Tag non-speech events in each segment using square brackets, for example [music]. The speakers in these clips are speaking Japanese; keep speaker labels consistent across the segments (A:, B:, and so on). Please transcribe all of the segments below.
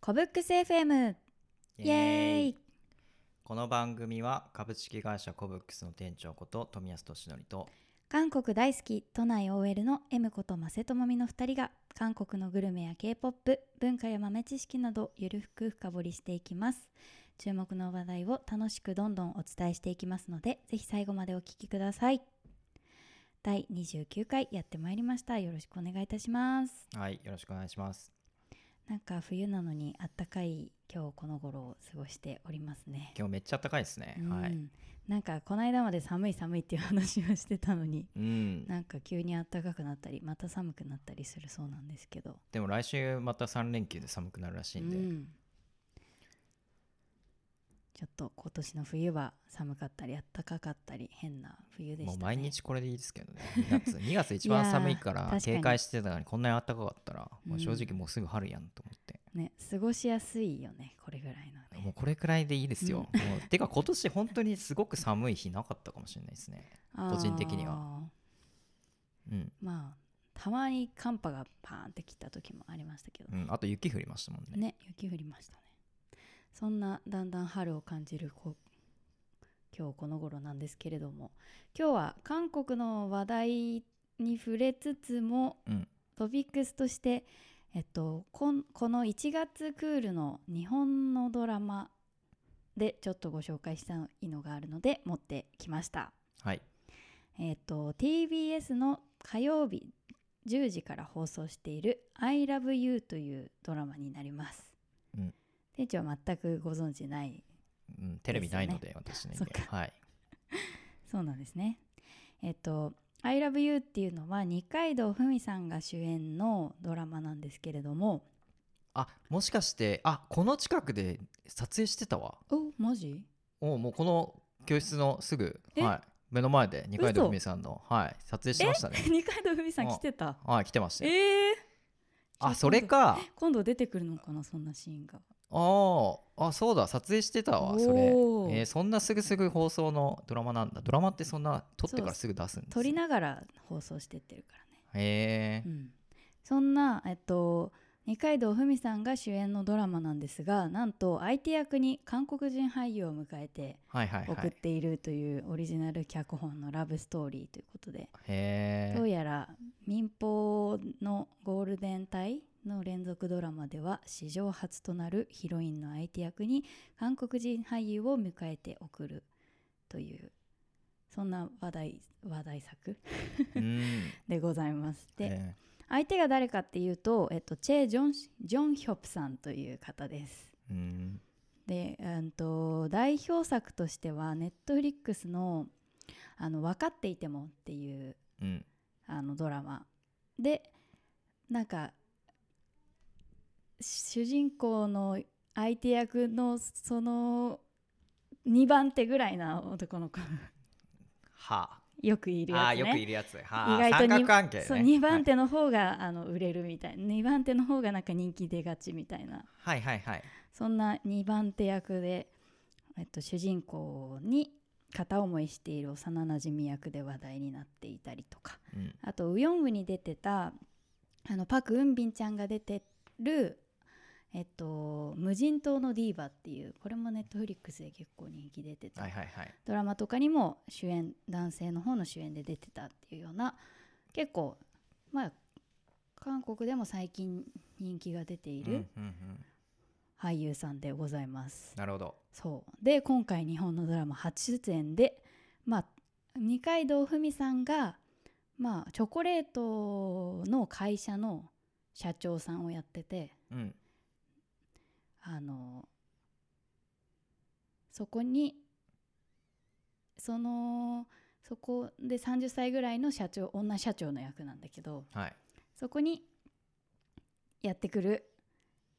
A: コブックス FM イエーイ
B: この番組は株式会社コブックスの店長こと富安俊則と
A: 韓国大好き都内 OL の M ことマセトモミの2人が韓国のグルメや K-POP 文化や豆知識などゆるく深掘りしていきます注目の話題を楽しくどんどんお伝えしていきますのでぜひ最後までお聞きください第29回やってまいりましたよろしくお願いいたします
B: はいよろしくお願いします
A: なんか冬なのにあったかい今日この頃を過ごしておりますね
B: 今日めっちゃ暖かいですね、は
A: う
B: い
A: んなんかこの間まで寒い寒いっていう話をしてたのに
B: うん
A: なんか急に暖かくなったりまた寒くなったりするそうなんですけど、
B: でも来週また3連休で寒くなるらしいんで、
A: うんちょっと今年の冬は寒かったり暖かかったり変な冬でした
B: もう
A: ね
B: 毎日これでいいですけどね2月2月一番寒いか
A: いやー確
B: ら
A: かに
B: 警戒してたのにこんなに暖かかったら、もう正
A: う
B: 直もうすぐ春やんと思って、
A: ね過ごしやすいよねこれぐらいの
B: も
A: ね
B: うこれくらいでいいですよ、もうてか今年本当にすごく寒い日なかったかもしれないですね個人的には
A: あー
B: うん、
A: まあたまに寒波がパーンって来た時もありましたけど
B: うん、あと雪降りましたもんね
A: ね雪降りましたねそんなだんだん春を感じるこ今日この頃なんですけれども今日は韓国の話題に触れつつも、
B: うん
A: トピックスとして、えっと、こんこの1月クールの日本のドラマでちょっとご紹介したいのがあるので持ってきました。
B: はい
A: えっと TBS の火曜日10時から放送している「ILOVEYOU」というドラマになります、
B: うん
A: 店長は全くご存知ない
B: うん、テレビないので、私の家
A: そっか
B: はい
A: そうなんですねえっと「ILOVEYOU」っていうのは二階堂ふみさんが主演のドラマなんですけれども
B: あもしかしてあこの近くで撮影してたわ
A: おマジ
B: おうもうこの教室のすぐ、
A: え
B: はい、目の前で二階堂
A: 嘘
B: ふみさんの、はい、撮影してましたね
A: [laughs] 二階堂ふみさん来てた
B: はい来てましたよ
A: ええ
B: あそれか
A: 今度出てくるのかなそんなシーンが
B: あーあそうだ撮影してたわそれ、え
A: おー
B: ーそんなすぐすぐ放送のドラマなんだドラマってそんな撮ってからすぐ出すんです
A: 撮り
B: ね
A: ながら放送してってるからね
B: へえ
A: うん、そんな、えっと、二階堂ふみさんが主演のドラマなんですがなんと相手役に韓国人俳優を迎えて
B: はいはいは
A: 送っ
B: い
A: ているというオリジナル脚本のラブストーリーということで、
B: へ
A: どう
B: え
A: やら民放のゴールデン帯の連続ドラマでは史上初となるヒロインの相手役に韓国人俳優を迎えて送るというそんな話題話題作 [laughs]
B: うん
A: でございます。で、
B: へ
A: 相手が誰かっていうと、えっと、チェ・ジョンシジョンヒョプさんという方です。
B: ーうん
A: で、うん、と代表作としてはネットフリックスの「あの分かっていても」っていう
B: うん
A: あのドラマでなんか主人公の相手役のその2番手ぐらいな男の子 [laughs]
B: はあ
A: よくいるや
B: あ
A: つ
B: ー
A: ね。
B: よくいるやつ。はあ、
A: 意外と
B: 三角
A: に
B: 関係ね。
A: そう2番手の方が、あの売れるみたいな2番手の方がなんか人気出がちみたいな
B: はい。はいはいはい。
A: そんな2番手役で、えっと、主人公に片思いしている幼なじみ役で話題になっていたりとか
B: うん。
A: あとウヨンウに出てたあのパク・ウンビンちゃんが出てる、えっと「無人島のディーバ」っていうこれもネットフリックスで結構人気出てた
B: はいはいはい。
A: ドラマとかにも主演男性の方の主演で出てたっていうような結構まあ韓国でも最近人気が出てい
B: うんう
A: る
B: んうん。
A: 俳優さんでございます。
B: なるほど。
A: そうで今回日本のドラマ初出演で、まあ、二階堂ふみさんが、まあ、チョコレートの会社の社長さんをやってて
B: うん。
A: あのそこにそのそこで30歳ぐらいの社長女社長の役なんだけど
B: はい。
A: そこにやってくる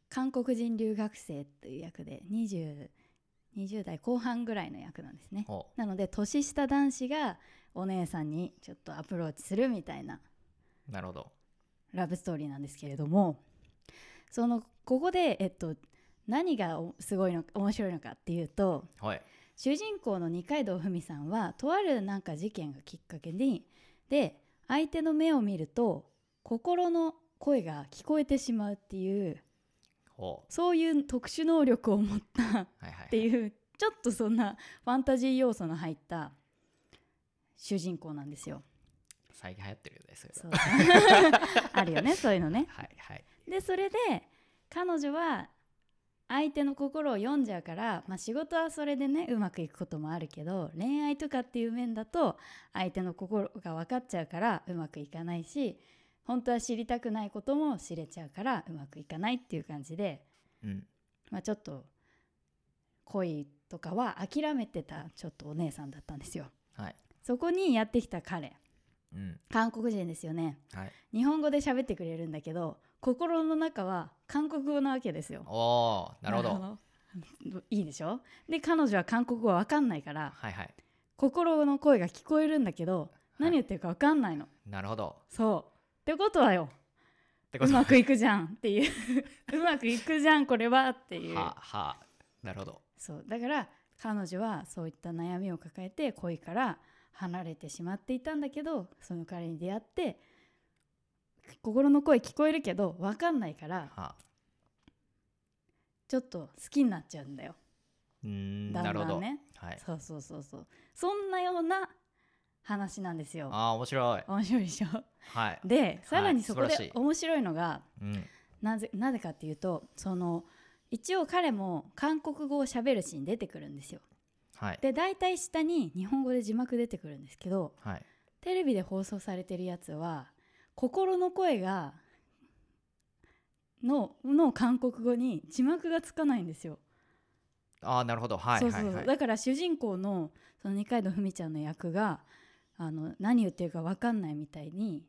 A: 韓国人留学生という役で 20, 20代後半ぐらいの役なんですね
B: ほ
A: なので年下男子がお姉さんにちょっとアプローチするみたいな
B: う。なるほど。
A: ラブストーリーなんですけれどもそのここで、えっと、何がおすごいの面白いのかっていうと
B: はい。
A: 主人公の二階堂ふみさんはとあるなんか事件がきっかけにで相手の目を見ると心の声が聞こえてしまうっていう
B: お
A: そういう特殊能力を持ったっ
B: はいはい
A: て [laughs] いうちょっとそんなファンタジー要素の入った主人公なんですよ。
B: 最近流行ってるよねそれ
A: そう [laughs] あるよねそういうのね。
B: はいはい
A: でそれで彼女は相手の心を読んじゃうから、まあ、仕事はそれでねうまくいくこともあるけど恋愛とかっていう面だと相手の心が分かっちゃうからうまくいかないし本当は知りたくないことも知れちゃうからうまくいかないっていう感じで、
B: うん
A: まあ、ちょっと恋とかは諦めてたちょっとお姉さんだったんですよ。
B: はい
A: そこにやってきた彼
B: うん
A: 韓国人ですよね。
B: はい
A: 日本語で喋ってくれるんだけど心の中は韓国語なわけですよ。
B: おーなるほど
A: あのいいでしょで彼女は韓国語わかんないから
B: はいはい
A: 心の声が聞こえるんだけど何言ってるかわかんないの。
B: なるほど
A: そうってことは
B: [laughs]
A: よ
B: ってこ
A: う
B: と
A: まくいくじゃんっていううまくいくじゃんこれはっていう
B: ははなるほど
A: そうだから彼女はそういった悩みを抱えて恋から離れてしまっていたんだけどその彼に出会って心の声聞こえるけどわかんないから
B: は
A: ちょっと好きになっちゃうんだよ
B: うーん
A: だん
B: なる
A: だ
B: ほど
A: んね
B: はい
A: そうそうそうそうそんなような話なんですよ
B: あー面白い
A: 面白いでしょ [laughs]
B: はい
A: でさらにそこ
B: 素晴らし
A: で
B: い
A: 面白いのが
B: うん
A: なぜなぜかっていうとその一応彼も韓国語を喋るシーン出てくるんですよ
B: はい
A: で大体下に日本語で字幕出てくるんですけど
B: はい
A: テレビで放送されてるやつは心の声がのの韓国語に字幕がつかないんですよ
B: あーなるほどはい
A: そう
B: は
A: そ
B: いう
A: そう
B: はい
A: だから主人公のその二階堂ふみちゃんの役があの何言ってるか分かんないみたいに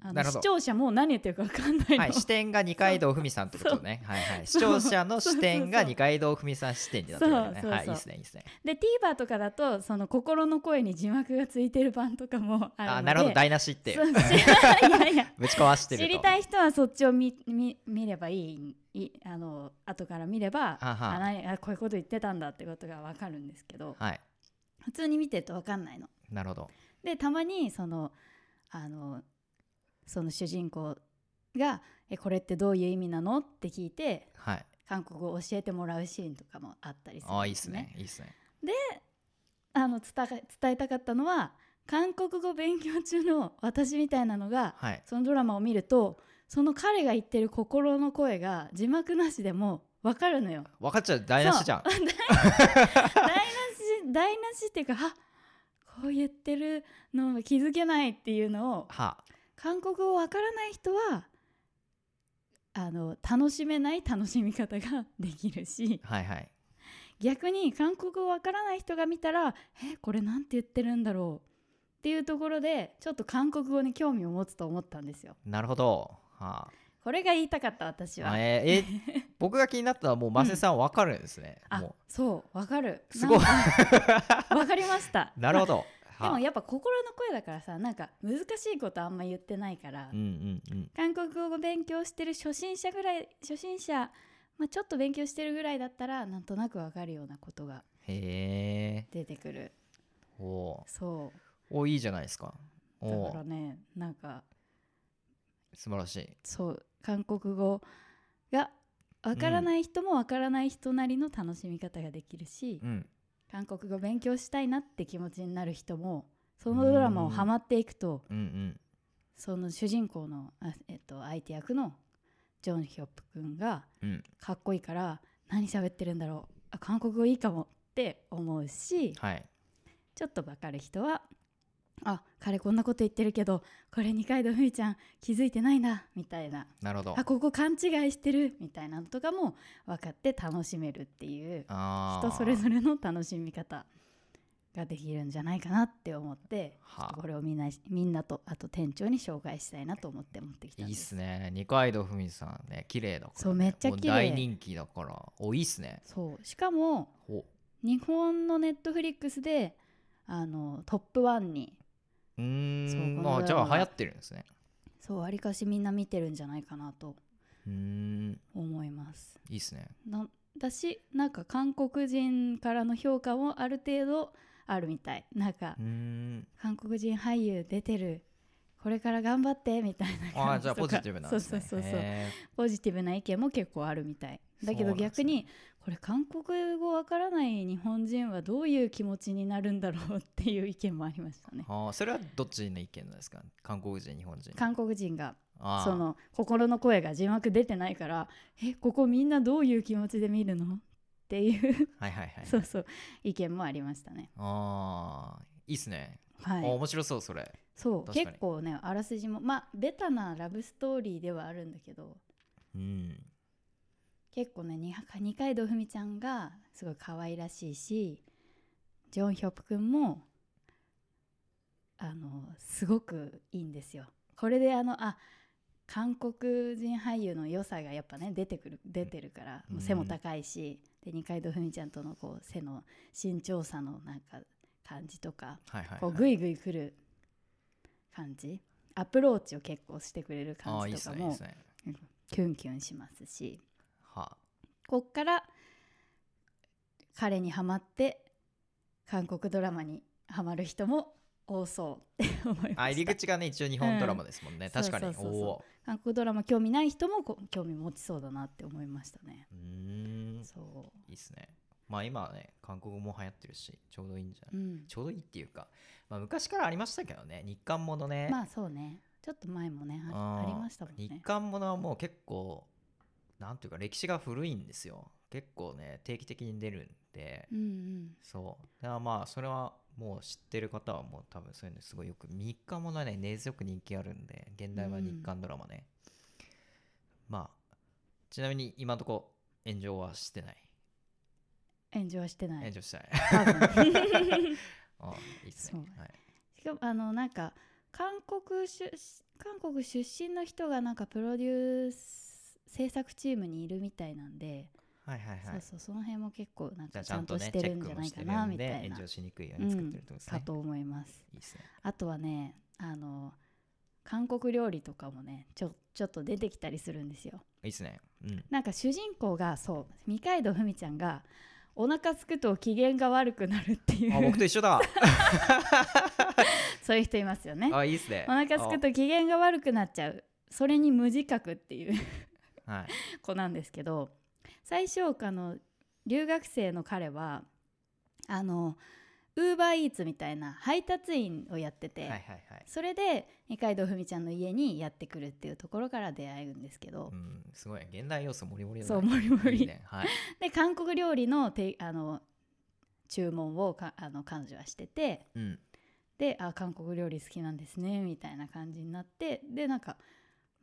A: あの
B: なるほ
A: 視
B: ど
A: 聴者も何言ってるか分かんないの、
B: はい、視点が二階堂ふみさんってことね。はいはい、視聴者の視点
A: そうそう
B: が
A: そう
B: 二階堂ふみさん視点になってるわ
A: そ
B: けね。
A: うそう
B: は
A: そう
B: い、いいですね、いいですね。
A: で TVer とかだとその心の声に字幕がついてる版とかもあるので
B: あ、なるほど、台無しってい
A: そ
B: う。
A: う [laughs] いやいや
B: ぶち壊してる
A: 知
B: と。
A: りたい人はそっちを見見見ればいいいあの後から見れば
B: あは
A: あ何あこういうこと言ってたんだってことが分かるんですけど
B: はい、
A: 普通に見てると分かんないの。
B: なるほど。
A: でたまにそのあのその主人公が「えこれってどういう意味なの?」って聞いて
B: はい。
A: 韓国語を教えてもらうシーンとかもあったりするん
B: あー、いいですね、いいですね。
A: あの伝え伝えたかったのは韓国語勉強中の私みたいなのが
B: はい。
A: そのドラマを見るとその彼が言ってる心の声が字幕なしでもわかるのよ。
B: 分かっちゃう、台無し
A: [laughs]
B: じゃん。
A: 台無し台無しっていうかあこう言ってるのが気づけないっていうのを
B: は
A: 韓国語わからない人はあの楽しめない楽しみ方ができるし
B: はいはい。
A: 逆に韓国語わからない人が見たらえこれなんて言ってるんだろうっていうところでちょっと韓国語に興味を持つと思ったんですよ。
B: なるほど。は
A: これが言いたかった私は
B: あ。。えー、
A: [laughs]
B: え、僕が気になったのはもうマセさん分かるんですね。
A: あ
B: も
A: そうわかる
B: すごい
A: なん [laughs] かわかりました
B: う。なるほど。
A: まあでも
B: は
A: やっぱ心の声だからさなんか難しいことあんま言ってないから、
B: うんうんうん。
A: 韓国語を勉強してる初心者ぐらい初心者、まあ、ちょっと勉強してるぐらいだったらなんとなくわかるようなことが
B: へえ。
A: 出てくる
B: おー
A: そ
B: おー、いいじゃないですか。
A: う
B: お
A: だか
B: お
A: ら、ねなんか
B: 素晴らしい。
A: そう韓国語がわからない人もわからない人なりの楽しみ方ができるし、
B: うん。
A: 韓国語勉強したいなって気持ちになる人もそのドラマをハマっていくと、
B: うんうん。
A: その主人公のあ、えっと、相手役のジョン・ヒョップ君が
B: うん。
A: かっこいいから何喋ってるんだろうあ韓国語いいかもって思うし
B: はい。
A: ちょっとわかる人はあ彼こんなこと言ってるけどこれ二階堂ふみちゃん気づいてないなみたいな
B: なるほど
A: あ。ここ勘違いしてるみたいなのとかも分かって楽しめるっていう
B: あ
A: 人それぞれの楽しみ方ができるんじゃないかなって思って
B: はあ
A: これをみんなみんなとあと店長に紹介したいなと思って持ってきたん
B: いい
A: で
B: っ
A: す
B: すね二階堂ふみさんね綺麗だから、ね、
A: そうめっちゃ
B: もう
A: 綺麗
B: 大人気だからおいいっすね
A: そうしかも
B: お
A: 日本のネットフリックスであのトップ1に
B: う
A: そう
B: ー
A: こ
B: ん
A: の
B: あじゃ
A: ドラマ
B: あ流行ってるんですね
A: そうわりかしみんな見てるんじゃないかなと
B: うーん
A: 思います
B: いいっすね
A: なだしなんか韓国人からの評価もある程度あるみたいなんか
B: うーん
A: 韓国人俳優出てるここれから頑張ってみたいな
B: あ
A: 感
B: あ
A: じ
B: じゃあ
A: とか
B: ポジティブなんですね
A: そうそうそうそう
B: へ
A: ポジティブな意見も結構あるみたいだけ
B: そうな
A: ど
B: んですね
A: 逆に、これ韓国語わからない日本人はどういう気持ちになるんだろうっていう意見もありましたね
B: ーあーそれはどっちの意見ですか韓国人日本人
A: 韓国人が
B: あー
A: その心の声が字幕出てないからえここみんなどういう気持ちで見るのっていう、
B: はいはいはい
A: そうそう意見もありましたね
B: ああいいっすね、
A: は
B: あ
A: い
B: 面白そうそれ
A: そう
B: 確かに
A: 結構ねあらすじもまあベタなラブストーリーではあるんだけど
B: うん
A: 結構ね二 [laughs] 二階堂ふみちゃんがすごい可愛らしいしジョン・ヒョプ君もあのすごくいいんですよ。これであのあ韓国人俳優の良さがやっぱね出てくる出てるから、もう背も高いしで二階堂ふみちゃんとのこう背の身長差のなんか感じとか
B: はいはい、はい、
A: こうグイグイくる感じアプローチを結構してくれる
B: ああ
A: 感
B: いい
A: じ
B: っ
A: と
B: す
A: か
B: ねいいっ
A: も
B: すね
A: キュンキュンしますし。
B: は
A: こっから彼にはまって韓国ドラマにはまる人も多そうって思い
B: あ
A: ま
B: 入
A: し
B: り
A: た
B: 口がね一応日本ドラマですもんね、
A: うん
B: 確かに
A: そうそうそうそう
B: おお
A: 韓国ドラマ興味ない人もこ興味持ちそうだなって思いましたね
B: うーん
A: そ、
B: いいっすねまあ今はね韓国語も流行ってるしちょうどいいんじゃないう
A: うん、
B: ちょうどいいっていうか、まあ、昔からありましたけどね日韓ものね、
A: まあそうねちょっと前もねあ
B: うん
A: りありましたもん
B: 日
A: ね
B: 韓ものはもう結構なんていうか歴史が古いんですよ結構ね定期的に出るんで、
A: うんうん
B: そうだからまあそれはもう知ってる方はもう多分そういうのすごいよく日韓ものはね根強く人気あるんで現代版日韓ドラマね、まあちなみに今のとこ炎上はしてない
A: 炎上はしてない
B: 炎上してない、
A: 多分
B: [laughs]
A: [laughs]
B: あいいっす
A: そう
B: ね、はい、
A: しかもあのなんか韓国出韓国出身の人がなんかプロデュース制作チームにいるみたいなんで、
B: はいはいは
A: そう
B: い
A: そうその辺も結構なん
B: じ
A: か
B: ゃあ
A: ち
B: ちゃ
A: ゃ
B: ん
A: んと
B: と
A: し
B: ねチ
A: てる
B: ェ
A: ん
B: ッ
A: じ
B: ク
A: ゃ
B: も
A: ない
B: して
A: か
B: る
A: なんみた
B: で
A: いな
B: 炎上しにくいように作ってるってことです
A: か
B: ね、
A: と思います
B: いいっすね
A: あとはねあの韓国料理とかもねちょちょっと出てきたりするんですよ
B: いいっすねうん
A: なんか主人公がそう二階堂ふみちゃんがお腹すくと機嫌が悪くなるってい
B: あ僕
A: う
B: と一緒だ
A: [laughs] そういう人いますよね
B: あいいっすね
A: お腹すくと機嫌が悪くなっちゃうそれに無自覚っていう
B: あはい
A: 子なんですけど最初あの留学生の彼はあのウーバーイーツみたいな配達員をやってて、
B: はいはいはい
A: それで二階堂ふみちゃんの家にやってくるっていうところから出会うんですけど
B: う、んすごい現代要素もりもりだね
A: そうもりもり
B: いいねはい
A: で韓国料理のてあの注文をかあの彼女はしてて
B: うん
A: であ韓国料理好きなんですねみたいな感じになってでなんか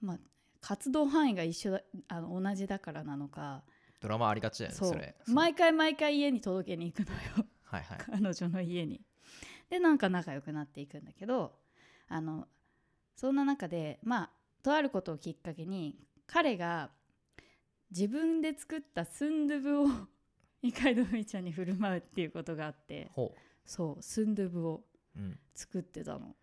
A: まあ活動範囲が一緒だあの同じだからなのか
B: ドラマありがちだよね
A: そ
B: そうれ
A: 毎回毎回家に届けに行くの [laughs] よ
B: はいはい
A: 彼女の家に。でなんか仲良くなっていくんだけどあのそんな中でまあとあることをきっかけに彼が自分で作ったスンドゥブを [laughs] 二階堂ふみちゃんに振る舞うっていうことがあって
B: ほ
A: そうスンドゥブを
B: ううん
A: 作ってたの。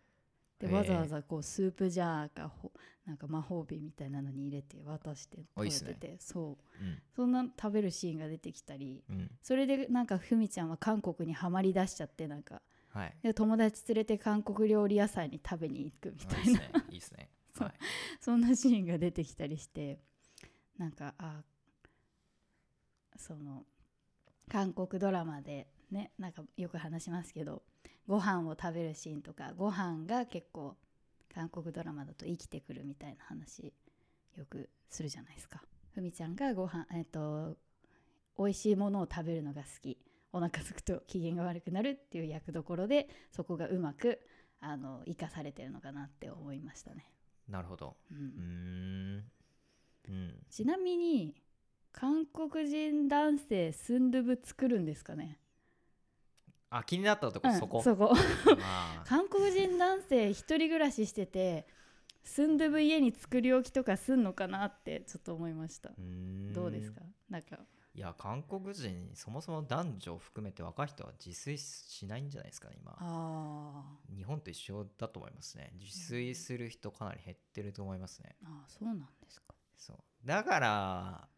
A: で
B: へえ
A: わざわざこうスープジャーかほなんか魔法瓶みたいなのに入れて渡して
B: あ
A: 食べ
B: いいっすね
A: ててそう
B: うん
A: そんな食べるシーンが出てきたり
B: うん
A: それでなんかふみちゃんは韓国にはまりだしちゃってなんか
B: はい
A: で友達連れて韓国料理屋さんに食べに行くみ
B: あ
A: た
B: いいっ
A: い
B: す
A: な
B: ねいいっすね
A: そう
B: はい
A: そんなシーンが出てきたりしてなんかあその韓国ドラマでねなんかよく話しますけどご飯を食べるシーンとかご飯が結構韓国ドラマだと生きてくるみたいな話よくするじゃないですか。ふみちゃんがご飯えっ、と美味しいものを食べるのが好きお腹すくと機嫌が悪くなるっていう役どころでそこがうまくあの生かされてるのかなって思いましたね。
B: なるほど
A: うん
B: うーんうん
A: ちなみに韓国人男性スンドゥブ作るんですかね、
B: あ気になったと
A: う
B: こ
A: ん
B: そこ
A: そこ [laughs]
B: まあ
A: 韓国人男性一人暮らししててスンドゥブ家に作り置きとかすんのかなってちょっと思いました
B: うーん
A: どうですかなんか
B: いや韓国人そもそも男女含めて若い人は自炊しないんじゃないですかね今
A: あ
B: 日本と一緒だと思いますね自炊する人かなり減ってると思いますね
A: ーあーそうなんですか
B: そうだから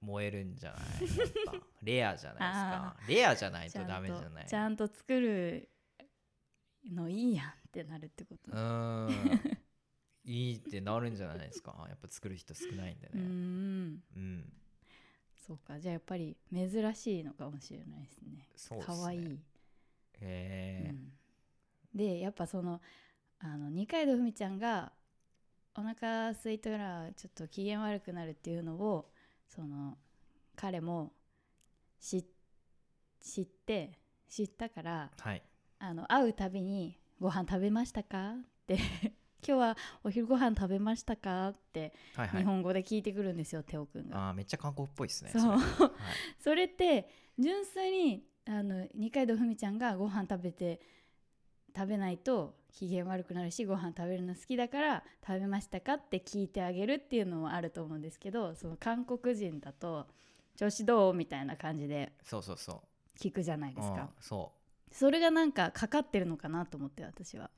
B: 燃えるんじゃないやっぱ
A: [laughs]
B: レアじゃないですかレアじゃない
A: ち
B: と
A: ゃ
B: ダ
A: ん
B: メじ
A: と
B: ゃない
A: ちゃんと作るのいいやんっってなるってこと
B: う
A: ね
B: んいいってなるんじゃないで
A: [laughs]
B: すかやっぱ作る人少ないんで
A: うー
B: ね
A: ん
B: うん、
A: そうかじゃあやっぱり珍しいのかもしれないですね
B: そうですね
A: かわいい、
B: へえ
A: うんでやっぱそのあの二階堂ふみちゃんがお腹空いたらちょっと機嫌悪くなるっていうのをその彼も知知って知ったから
B: はい
A: あの会うたびに「ご飯食べましたか?」って [laughs] 「今日はお昼ご飯食べましたか?」って
B: はいは
A: 日
B: い
A: 本語で聞いてくるんですよ、テオくんが。
B: あーめっちゃ韓国っぽいですね
A: そう
B: れはい
A: それって純粋にあの二階堂ふみちゃんがご飯食べて食べないと機嫌悪くなるしご飯食べるの好きだから食べましたかって聞いてあげるっていうのもあると思うんですけどその韓国人だと調子どうみたいな感じで
B: そうそうそう
A: 聞くじゃないです
B: うん
A: か
B: そう
A: それがなんかかかってるのかなと思って私は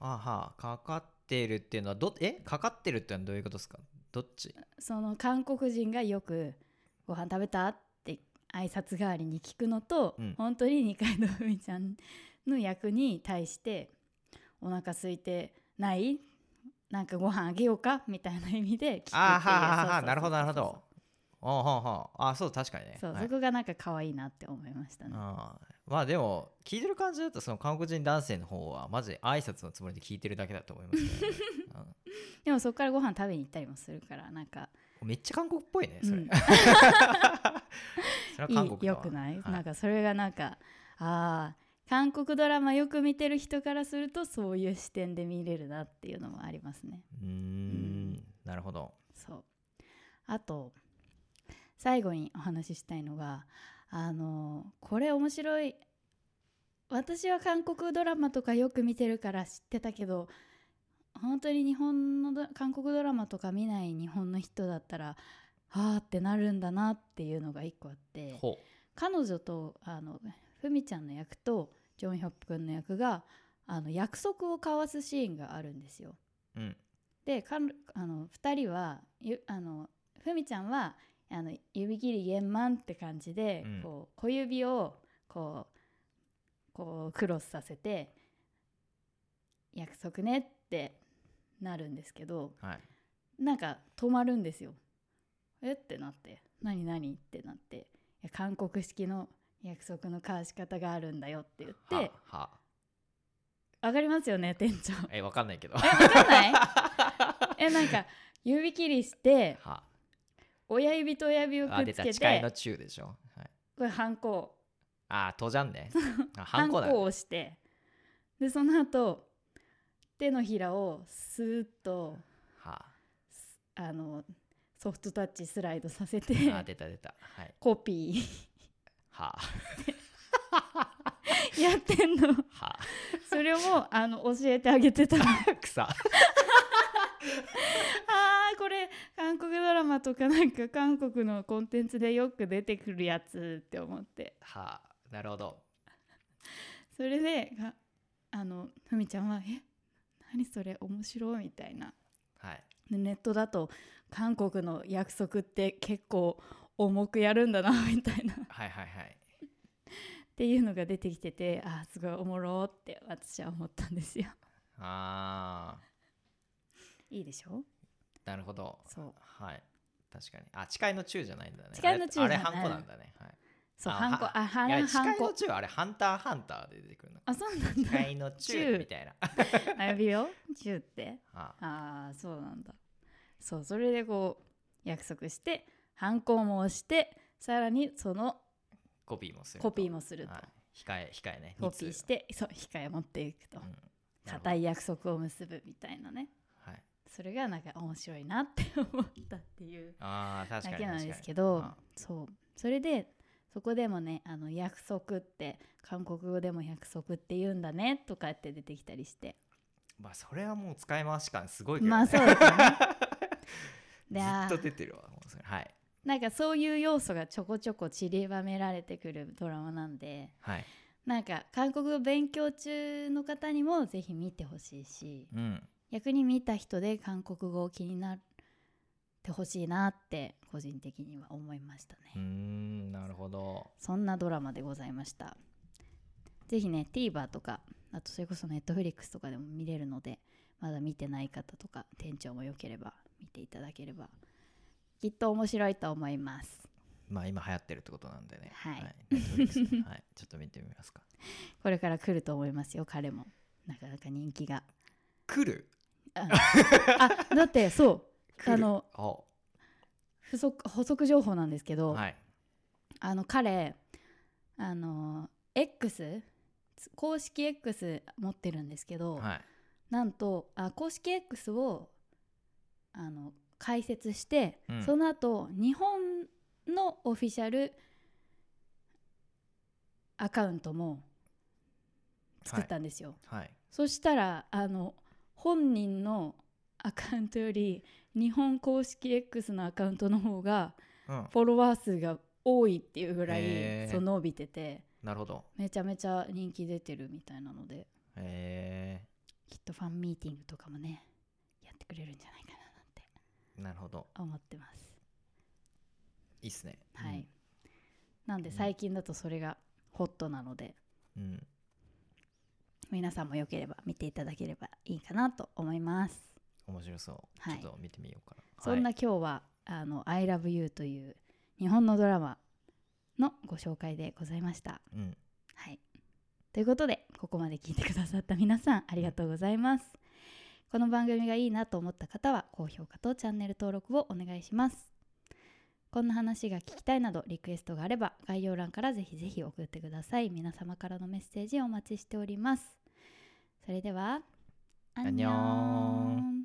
B: あはあかかってるっていうのはどえかかってるっていうのはどういうことですかどっち
A: その韓国人がよく「ご飯食べた?」って挨拶代わりに聞くのと、
B: うん
A: 本当に二階堂ふみちゃんの役に対して「お腹空いてないなんかご飯あげようか?」みたいな意味で聞くっていう
B: あーはあはあ
A: そうそう
B: は
A: そ
B: あ
A: う
B: なるほどなるほ
A: そうそう
B: どあはあはああそう確かにね
A: そう、
B: はい
A: そこがなんか可愛いなって思いましたね。
B: あーまあでも聞いてる感じだとその韓国人男性の方はマジ挨拶のつもりで聞いてるだけだと思いますけ [laughs] どね、
A: でもそこからご飯食べに行ったりもするからなんか
B: うんめっちゃ韓国っぽいねそれ、
A: うん
B: それはい韓国
A: い
B: だ
A: よ
B: わ
A: くない、
B: はい
A: なんかそれがなんかああ韓国ドラマよく見てる人からするとそういう視点で見れるなっていうのもありますね。
B: うーんなるほど
A: そうあと最後にお話ししたいのがあのこれ面白い私は韓国ドラマとかよく見てるから知ってたけど本当に日本のド韓国ドラマとか見ない日本の人だったらあーってなるんだなっていうのが一個あって
B: ほ
A: 彼女とあのふみちゃんの役とジョン・ヒョップ君の役があの約束を交わすシーンがあるんですよ。
B: ううん
A: でかんあの2人はゆあのふみちゃんはあの指切り円満って感じで、
B: うん
A: こう小指をこうこうクロスさせて約束ねってなるんですけど
B: はい
A: なんか止まるんですよ。えってなって何何ってなっていや韓国式の約束の交わし方があるんだよって言って
B: はは
A: 「わかりますよね店長」
B: えわかんないけど
A: えわかんない [laughs] えなんか指切りして
B: は
A: 親指と親指をく
B: あ
A: っ
B: 出
A: つ
B: た
A: け
B: 誓いの
A: て
B: 中でしょ、はい、
A: これハンコ
B: あとじゃんねあハ
A: ハ
B: ン
A: ン
B: コ
A: コ
B: だよ
A: を
B: ね
A: 押してでその後手のひらをスーッと
B: は
A: すあのソフトタッチスライドさせて
B: あ出た出たはい
A: コピ
B: は
A: ー [laughs] やってんの
B: は
A: [laughs] それもあの教えてあげてた [laughs] あ
B: 草
A: ーこれ韓国ドラマとかなんか韓国のコンテンツでよく出てくるやつって思って
B: はなるほど
A: それでがあのふみちゃんは「え何それ面白い」みたいな
B: はい
A: でネットだと韓国の約束って結構重くやるんだなみたいなっ
B: はいはいはい
A: ていうのが出てきててあーすごいおもろーって私は思ったんですよ
B: あ
A: いいでしょ
B: ーなるほど
A: そう
B: はい確かにあ誓いの中じゃないんだね
A: 誓いの中
B: あ
A: じ
B: れ
A: ゃない
B: あれハンコなんだねはい
A: そう
B: あ
A: ハンコ
B: は
A: あハ
B: いや
A: ンハン
B: 誓い
A: コ
B: の中あれハンターハンターで出てくるの
A: あそうなんだ
B: 誓いの中み
A: [laughs]
B: たいな
A: あやびよチューって
B: あ
A: ああそうなんだそうそれでこう約束してハンコも押してさらにその
B: コピーもすると
A: コピーもすると
B: はい控え控えね
A: コピーしてそう控え持っていくと固
B: い
A: い約束を結ぶみたいなね
B: はい
A: それがなんか面白いなって思ったっていう
B: あー確
A: だ
B: かに
A: けなん
B: 確
A: で
B: か
A: す
B: に
A: けど
B: あ
A: そうそれでそこでもねあの約束って韓国語でも約束って言うんだねとかって出てきたりして
B: まあそれはもう使い回し感すごいけど
A: まあ
B: ね
A: そうですね
B: [laughs]
A: で
B: ずっと
A: あー
B: 出てるわもうそれはい
A: なんかそういう要素がちょこちょこ散りばめられてくるドラマなんで
B: はい
A: なんか韓国語勉強中の方にもぜひ見てほしいし
B: うん
A: 逆に見た人で韓国語を気になってほしいなって個人的には思いましたね、
B: うーんなるほど
A: そんなドラマでございましたぜひね TVer とかあとそれこそ Netflix とかでも見れるのでまだ見てない方とか店長もよければ見ていただければきっと面白いと思います
B: まあ今流行ってるってことなんでね
A: はい
B: ネットフリックスねはい、 [laughs] ちょっと見てみますか
A: これから来ると思いますよ彼もなかなか人気が
B: 来る
A: ああだってそう
B: 来る
A: あの
B: あ
A: 補足補足情報なんですけど、
B: はい
A: あの彼あの X つ公式 X 持ってるんですけど、
B: はい
A: なんとあ公式 X をあの開設して、
B: うん
A: その後日本のオフィシャルアカウントも作ったんですよ、
B: はい
A: そしたらあの本人のアカウントより日本公式 X のアカウントの方が
B: うん
A: フォロワー数が多いっていうぐら
B: へ
A: い
B: ー
A: そう伸びてて
B: なるほど
A: めちゃめちゃ人気出てるみたいなので
B: へ
A: きっとファンミーティングとかもねやってくれるんじゃないかななんて
B: えなるほど
A: 思ってます
B: いいっすね
A: はい、なんで最近だとそれがホットなので
B: うん、うん
A: 皆さんもよければ見ていただければいいかなと思います、
B: 面白そう、
A: はい
B: ちょっと見てみようかな
A: そんな今日はあの I love you という日本のドラマのご紹介でございました
B: はいうん
A: はい。ということで、ここまで聞いてくださった皆さん、ありがとうございます。この番組がいいなと思った方は、高評価とチャンネル登録をお願いします。こんな話が聞きたいなどリクエストがあれば概要欄からぜひぜひ送ってください。皆様からのメッセージお待ちしております。それでは、
B: アンニョン
A: アンニョン